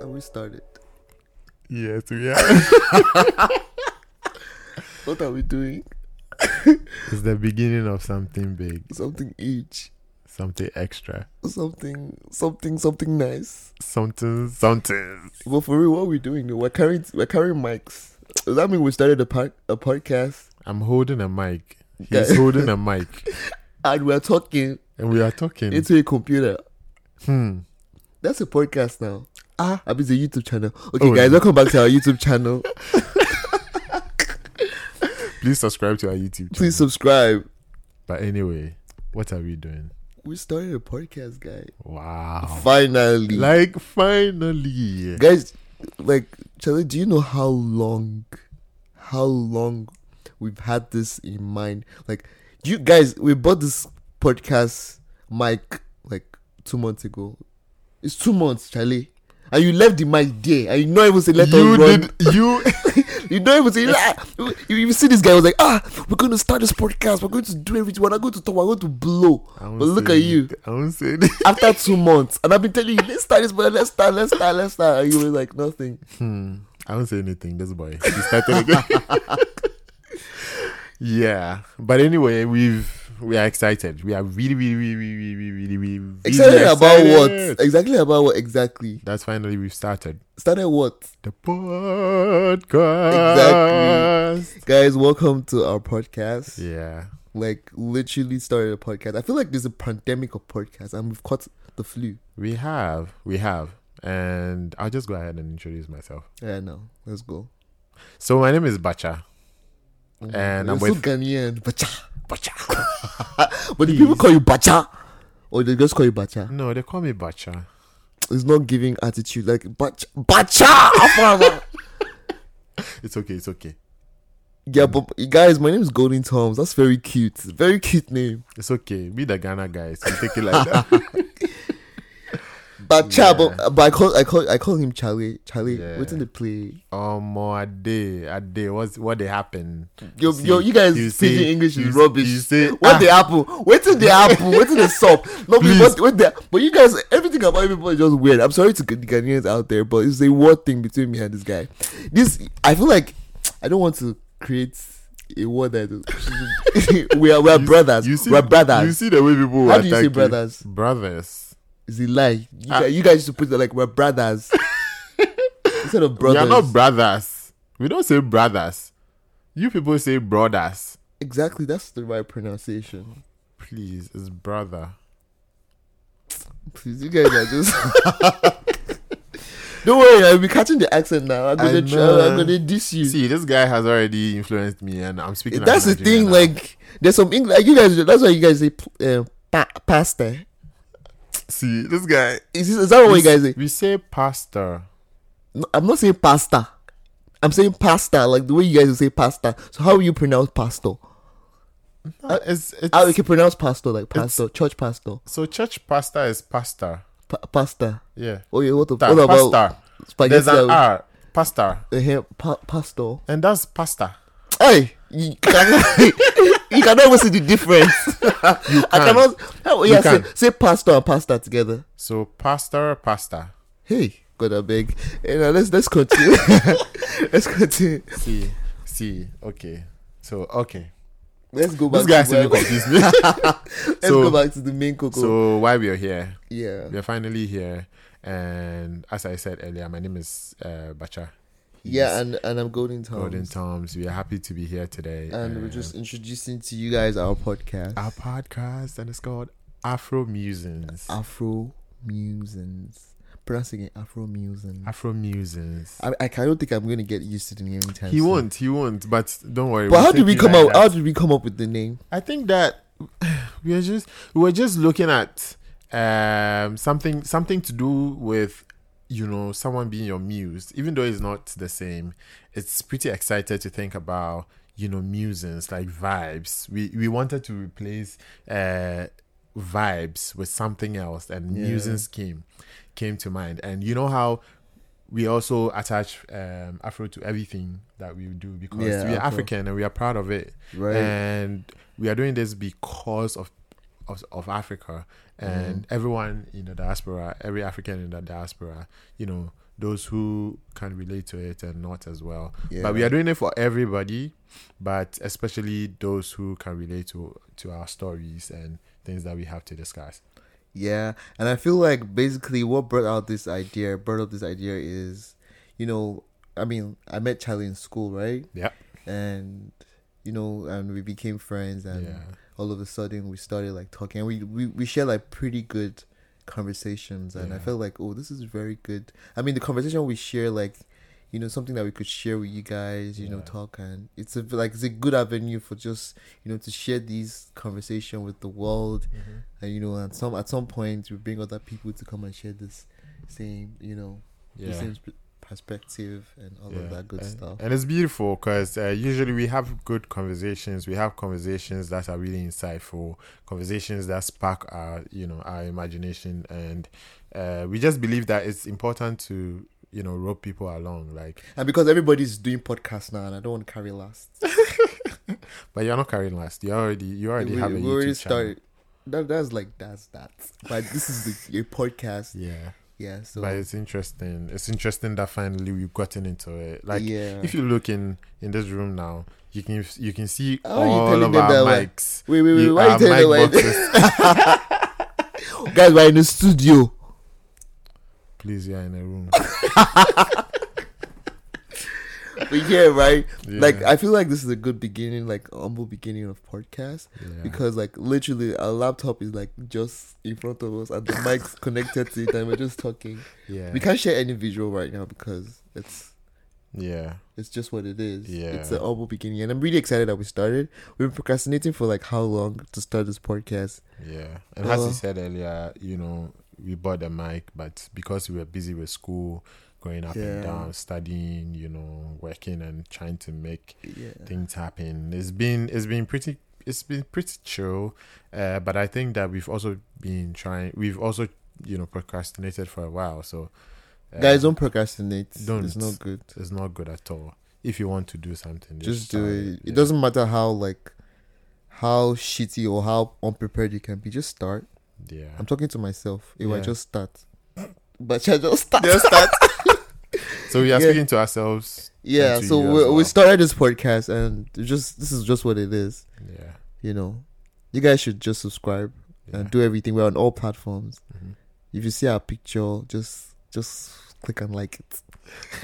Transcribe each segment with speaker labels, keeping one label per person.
Speaker 1: And we started.
Speaker 2: Yes, we are.
Speaker 1: What are we doing?
Speaker 2: it's the beginning of something big,
Speaker 1: Something each.
Speaker 2: something extra,
Speaker 1: Something, something, something nice.
Speaker 2: something, something.
Speaker 1: But for real, what are we doing? We're carrying, we're carrying mics. Does that mean we started a, pod, a podcast
Speaker 2: I'm holding a mic.
Speaker 1: Okay.
Speaker 2: He's holding a mic,
Speaker 1: and we're talking
Speaker 2: and we are talking.
Speaker 1: into a computer?
Speaker 2: hmm.
Speaker 1: That's a podcast now. Ah, I mean, it's a YouTube channel. Okay,
Speaker 2: Oh,
Speaker 1: guys,
Speaker 2: yeah.
Speaker 1: welcome back to our YouTube channel.
Speaker 2: Please subscribe to our YouTube. Channel.
Speaker 1: Please subscribe.
Speaker 2: But anyway, what are we doing?
Speaker 1: We started a podcast, guys.
Speaker 2: Wow!
Speaker 1: Finally,
Speaker 2: Like finally,
Speaker 1: guys. Like, Charlie, do you know how long, how long we've had this in mind? Like, you guys, we bought this podcast mic like two months ago. It's two months, Charlie. And you left the mic there, and you not even say let
Speaker 2: you
Speaker 1: us run.
Speaker 2: did you.
Speaker 1: you know, was like, ah, you, you see this guy was like, ah, we're going to start this podcast. We're going to do everything. We're not going to talk. We're going to blow.
Speaker 2: I
Speaker 1: But
Speaker 2: won't
Speaker 1: look
Speaker 2: say
Speaker 1: at you.
Speaker 2: anything. I won't say anything.
Speaker 1: After two months, and I've been telling you, let's start this, but let's start, let's start, let's start. And you were like, nothing.
Speaker 2: Hmm. I won't say anything. This boy. He started again. yeah. But anyway, we've we are excited. We are really, really, really, really, really, really, really, really
Speaker 1: Exactly about
Speaker 2: excited.
Speaker 1: what? Exactly about what? Exactly.
Speaker 2: That's finally we've started
Speaker 1: Started what?
Speaker 2: the podcast.
Speaker 1: Exactly. Guys, welcome to our podcast.
Speaker 2: Yeah.
Speaker 1: Like, literally started a podcast. I feel like there's a pandemic of podcasts, and we've caught the flu.
Speaker 2: We have. We have. And I'll just go ahead and introduce myself.
Speaker 1: Yeah, no. Let's go.
Speaker 2: So my name is Bacha.
Speaker 1: Oh my
Speaker 2: And
Speaker 1: God,
Speaker 2: I'm
Speaker 1: you're
Speaker 2: with-
Speaker 1: so Ghanaian. Bacha.
Speaker 2: Bacha.
Speaker 1: But do people call you Bacha? Or they just call you Bacha?
Speaker 2: No, they call me Bacha.
Speaker 1: It's not giving attitude like Bacha. Bacha!
Speaker 2: It's okay, it's okay.
Speaker 1: yeah, but guys, my name is Golden Toms. That's very cute. Very cute name.
Speaker 2: It's okay. Be the Ghana guys. We take it like that.
Speaker 1: Bacha,
Speaker 2: Yeah.
Speaker 1: but, but I call I call I call him Charlie. Charlie,
Speaker 2: Yeah.
Speaker 1: what's in the play?
Speaker 2: Oh more a day, a day. What's what they happen?
Speaker 1: Yo,
Speaker 2: see,
Speaker 1: yo, you guys
Speaker 2: you
Speaker 1: speaking
Speaker 2: say-
Speaker 1: English
Speaker 2: you
Speaker 1: is
Speaker 2: s-
Speaker 1: rubbish.
Speaker 2: you ah. say,
Speaker 1: what the apple? Wait till the apple. Wait till the soap. No,
Speaker 2: Please.
Speaker 1: but, what the, but you guys, everything about you people is just weird. I'm sorry to the Ghanaians out there, but it's a war thing between me and this guy. This, I feel like, I don't want to create a war that we are we are brothers.
Speaker 2: You see,
Speaker 1: We're
Speaker 2: You
Speaker 1: brothers.
Speaker 2: see the way people
Speaker 1: How
Speaker 2: attack
Speaker 1: do you say brothers?
Speaker 2: Brothers.
Speaker 1: Is it lie? You,
Speaker 2: Ah.
Speaker 1: guys, you guys should put it like we're brothers instead of brothers.
Speaker 2: We are not brothers. We don't say brothers. You people say brothers.
Speaker 1: exactly. That's the right pronunciation.
Speaker 2: Please, it's brother.
Speaker 1: Please, you guys are just. Don't worry, I'll be catching the accent now. I'm gonna,
Speaker 2: I
Speaker 1: try,
Speaker 2: know.
Speaker 1: I'm gonna diss you.
Speaker 2: See, this guy has already influenced me, and I'm speaking.
Speaker 1: that's the
Speaker 2: like
Speaker 1: thing.
Speaker 2: Nigerian now.
Speaker 1: Like, there's some English. Like, you guys, that's why you guys say uh, pa- pasta.
Speaker 2: see, this guy.
Speaker 1: Is, this, is that what you guys say?
Speaker 2: We say pastor.
Speaker 1: No, I'm not saying pasta. I'm saying pasta, like the way you guys would say pasta. So how will you pronounce pastor?
Speaker 2: No,
Speaker 1: Uh,
Speaker 2: it's it's
Speaker 1: How you can pronounce pastor like pastor, church pastor,
Speaker 2: so church pastor is pastor.
Speaker 1: pa- pasta.
Speaker 2: Yeah,
Speaker 1: Oh yeah, what, the,
Speaker 2: Pastor.
Speaker 1: what about spaghetti?
Speaker 2: There's an
Speaker 1: that
Speaker 2: R. Pastor.
Speaker 1: we- uh, pa- pastor.
Speaker 2: And that's pasta.
Speaker 1: Hey, you cannot, you cannot even see the difference.
Speaker 2: You
Speaker 1: I
Speaker 2: can.
Speaker 1: cannot. Oh,
Speaker 2: You
Speaker 1: yeah, say,
Speaker 2: can.
Speaker 1: say pastor and pasta together.
Speaker 2: So pastor, pastor.
Speaker 1: Hey, God, I beg. You know, let's let's continue. let's continue.
Speaker 2: See, see. Okay. So okay.
Speaker 1: Let's go back.
Speaker 2: This guy
Speaker 1: to where-
Speaker 2: actually confused me.
Speaker 1: Let's
Speaker 2: So-
Speaker 1: go back to the main cocoa.
Speaker 2: so why we are here?
Speaker 1: yeah,
Speaker 2: We are finally here, and as I said earlier, my name is uh, Bacha
Speaker 1: yeah, and and I'm Golden Tom,
Speaker 2: Golden Toms. We are happy to be here today,
Speaker 1: and we're just introducing to you guys our podcast,
Speaker 2: our podcast, and it's called Afro Musings.
Speaker 1: Ah. Afro Musings. Pronouncing it Afro Musings.
Speaker 2: Afro Musings.
Speaker 1: I, I don't think I'm gonna get used to the name anytime.
Speaker 2: He
Speaker 1: soon.
Speaker 2: won't. He won't. But don't worry.
Speaker 1: But
Speaker 2: we'll
Speaker 1: how did
Speaker 2: take
Speaker 1: we
Speaker 2: you
Speaker 1: come
Speaker 2: like
Speaker 1: up?
Speaker 2: that.
Speaker 1: How did we come up with the name?
Speaker 2: I think that we are just we were just looking at um something something to do with you know someone being your muse even though it's not the same it's pretty excited to think about you know musings like vibes we we wanted to replace uh vibes with something else and
Speaker 1: Yeah.
Speaker 2: musings came came to mind and you know how we also attach um, Afro to everything that we do because
Speaker 1: Yeah,
Speaker 2: we are
Speaker 1: Afro.
Speaker 2: African and we are proud of it,
Speaker 1: Right.
Speaker 2: and we are doing this because of of, of Africa and
Speaker 1: Mm-hmm.
Speaker 2: everyone in the diaspora, every African in the diaspora, you know, those who can relate to it and not as well.
Speaker 1: Yeah.
Speaker 2: But we are doing it for everybody, but especially those who can relate to to our stories and things that we have to discuss.
Speaker 1: Yeah, and I feel like basically what brought out this idea, brought up this idea is, you know, I mean, I met Charlie in school, right?
Speaker 2: Yeah.
Speaker 1: And you know, and we became friends, and
Speaker 2: Yeah.
Speaker 1: all of a sudden we started like talking, and we we we shared like pretty good conversations, and I
Speaker 2: Yeah.
Speaker 1: felt like, oh, this is very good. I mean, the conversation we share, like, you know, something that we could share with you guys, you know,
Speaker 2: Yeah.
Speaker 1: talk, and it's a like it's a good avenue for just you know to share these conversation with the world and you know at some at some point we bring other people to come and share this same you know the
Speaker 2: Yeah.
Speaker 1: same sp- perspective and all of
Speaker 2: Yeah,
Speaker 1: that good
Speaker 2: and,
Speaker 1: stuff
Speaker 2: And it's beautiful because uh, usually we have good conversations. We have conversations that are really insightful, conversations that spark our, you know, our imagination, and uh, we just believe that it's important to, you know, rope people along. Like,
Speaker 1: and because everybody's doing podcasts now and i don't want to carry last
Speaker 2: but you're not carrying last. You already, you already
Speaker 1: we,
Speaker 2: have a
Speaker 1: we
Speaker 2: YouTube
Speaker 1: already
Speaker 2: channel.
Speaker 1: started that, that's like that's that but this is the, a podcast
Speaker 2: Yeah,
Speaker 1: yeah so
Speaker 2: but it's interesting. It's interesting that finally we've gotten into it. Like,
Speaker 1: yeah
Speaker 2: if you look in in this room now, you can you can see
Speaker 1: How are you
Speaker 2: all
Speaker 1: telling
Speaker 2: of
Speaker 1: them
Speaker 2: our
Speaker 1: that, like,
Speaker 2: mics.
Speaker 1: wait wait wait
Speaker 2: You-
Speaker 1: why
Speaker 2: our
Speaker 1: you telling
Speaker 2: mic
Speaker 1: them like
Speaker 2: boxes.
Speaker 1: guys we're in the studio
Speaker 2: Please, yeah, in a room.
Speaker 1: we here right
Speaker 2: Yeah.
Speaker 1: like i feel like this is a good beginning like humble beginning of podcast
Speaker 2: Yeah.
Speaker 1: because like literally our laptop is like just in front of us and the mic's connected to it and we're just talking
Speaker 2: yeah,
Speaker 1: we can't share any visual right now because it's
Speaker 2: yeah,
Speaker 1: it's just what it is
Speaker 2: Yeah.
Speaker 1: it's a humble beginning and i'm really excited that we started we've been procrastinating for like how long to start this podcast
Speaker 2: yeah. And as
Speaker 1: Uh,
Speaker 2: you said earlier, you know, we bought the mic, but because we were busy with school, going up
Speaker 1: Yeah.
Speaker 2: and down, studying, you know, working and trying to make
Speaker 1: yeah
Speaker 2: things happen, it's been it's been pretty it's been pretty chill. Uh, but I think that we've also been trying. We've also you know procrastinated for a while, so uh,
Speaker 1: guys don't procrastinate
Speaker 2: don't.
Speaker 1: it's not good
Speaker 2: It's not good at all. If you want to do something,
Speaker 1: just do
Speaker 2: start
Speaker 1: it
Speaker 2: Yeah.
Speaker 1: it doesn't matter how like how shitty or how unprepared you can be just start
Speaker 2: Yeah.
Speaker 1: i'm talking to myself if i
Speaker 2: Yeah.
Speaker 1: just start but i just start
Speaker 2: So we are
Speaker 1: Yeah.
Speaker 2: speaking to ourselves. and
Speaker 1: Yeah,
Speaker 2: to
Speaker 1: so
Speaker 2: you
Speaker 1: we,
Speaker 2: as well.
Speaker 1: we started this podcast, and it just this is just what it is.
Speaker 2: Yeah.
Speaker 1: You know, you guys should just subscribe
Speaker 2: yeah.
Speaker 1: and do everything. We're on all platforms.
Speaker 2: Mhm.
Speaker 1: If you see our picture, just just click and like it,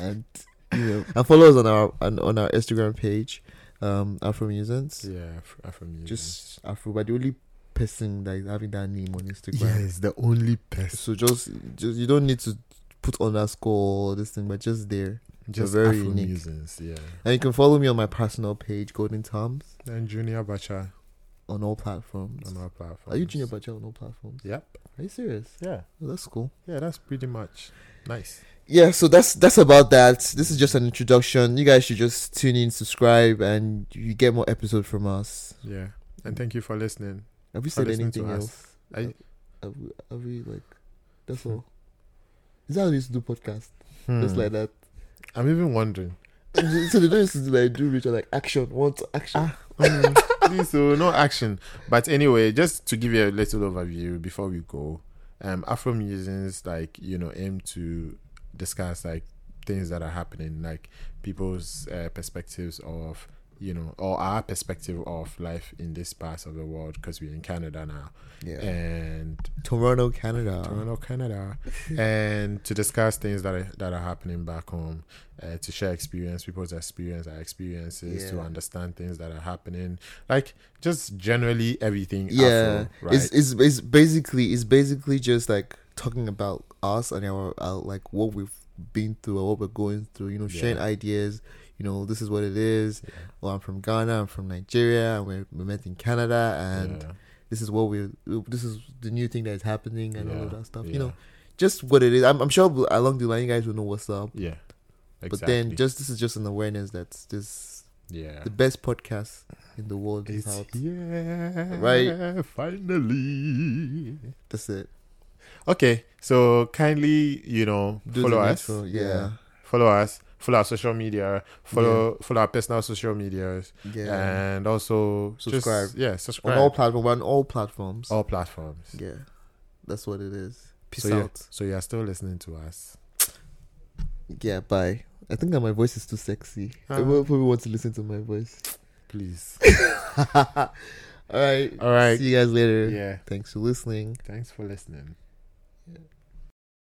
Speaker 1: and you know, and follow us on our on, on our Instagram page, um, Afro Musings.
Speaker 2: Yeah, Af- Afro music.
Speaker 1: Just Afro, but the only person that is having that name on Instagram.
Speaker 2: yes, the only person.
Speaker 1: So just just you don't need to put underscore or this thing, but just there.
Speaker 2: Just
Speaker 1: very
Speaker 2: very
Speaker 1: unique.
Speaker 2: musings, yeah.
Speaker 1: And you can follow me on my personal page, Golden Toms.
Speaker 2: And Junior Bacha
Speaker 1: on all platforms.
Speaker 2: on our platform.
Speaker 1: Are you Junior Bajel on all platforms?
Speaker 2: Yep.
Speaker 1: Are you serious?
Speaker 2: Yeah.
Speaker 1: Oh, that's cool.
Speaker 2: Yeah, that's pretty much nice.
Speaker 1: Yeah, so that's that's about that. This is just an introduction. You guys should just tune in, subscribe, and you get more episodes from us.
Speaker 2: Yeah.
Speaker 1: Mm.
Speaker 2: And thank you for listening.
Speaker 1: Have we
Speaker 2: For
Speaker 1: said
Speaker 2: listening to
Speaker 1: anything
Speaker 2: us.
Speaker 1: else? Hmm.
Speaker 2: I,
Speaker 1: Have we, have we like that's all? Is that how we used to do podcast? Just
Speaker 2: Hmm.
Speaker 1: like that.
Speaker 2: I'm even wondering.
Speaker 1: so they don't used to do, like do ritual like action, want action.
Speaker 2: Mm, so no action. But anyway, just to give you a little overview before we go, um, Afro musicians like you know aim to discuss like things that are happening, like people's uh, perspectives of you know or our perspective of life in this part of the world because we're in Canada now
Speaker 1: yeah.
Speaker 2: and
Speaker 1: Toronto, Canada.
Speaker 2: Toronto, Canada, and to discuss things that are, that are happening back home, uh, to share experience, people's experience, our experiences, to
Speaker 1: Yeah.
Speaker 2: understand things that are happening, like just generally everything.
Speaker 1: yeah
Speaker 2: Afro, right?
Speaker 1: it's, it's it's basically it's basically just like talking about us and our, our like what we've been through or what we're going through you know sharing
Speaker 2: Yeah.
Speaker 1: ideas you know this is what it is
Speaker 2: Yeah.
Speaker 1: well i'm from ghana i'm from nigeria and we're, we met in canada and
Speaker 2: Yeah.
Speaker 1: this is what we this is the new thing that is happening and all of
Speaker 2: Yeah.
Speaker 1: that stuff
Speaker 2: Yeah.
Speaker 1: you know just what it is i'm, I'm sure along the line you guys will know what's up
Speaker 2: yeah,
Speaker 1: but
Speaker 2: exactly.
Speaker 1: then just this is just an awareness that this
Speaker 2: yeah,
Speaker 1: the best podcast in the world is
Speaker 2: it's
Speaker 1: out
Speaker 2: yeah,
Speaker 1: Right.
Speaker 2: Finally,
Speaker 1: that's it
Speaker 2: Okay, so kindly, you know,
Speaker 1: Do the
Speaker 2: follow us.
Speaker 1: needful, yeah.
Speaker 2: follow us. Follow our social media. Follow follow our personal social medias,
Speaker 1: Yeah.
Speaker 2: and also just-
Speaker 1: Subscribe.
Speaker 2: yeah,
Speaker 1: on
Speaker 2: subscribe
Speaker 1: all platforms, on all platforms.
Speaker 2: all platforms.
Speaker 1: Yeah, that's what it is. Peace
Speaker 2: so you-
Speaker 1: out.
Speaker 2: so you are still listening to us.
Speaker 1: Yeah, bye. I think that my voice is too sexy.
Speaker 2: Uh.
Speaker 1: Everyone probably wants to listen to my voice.
Speaker 2: Please.
Speaker 1: all right.
Speaker 2: All right.
Speaker 1: See you guys later.
Speaker 2: yeah.
Speaker 1: Thanks for listening.
Speaker 2: Thanks for listening.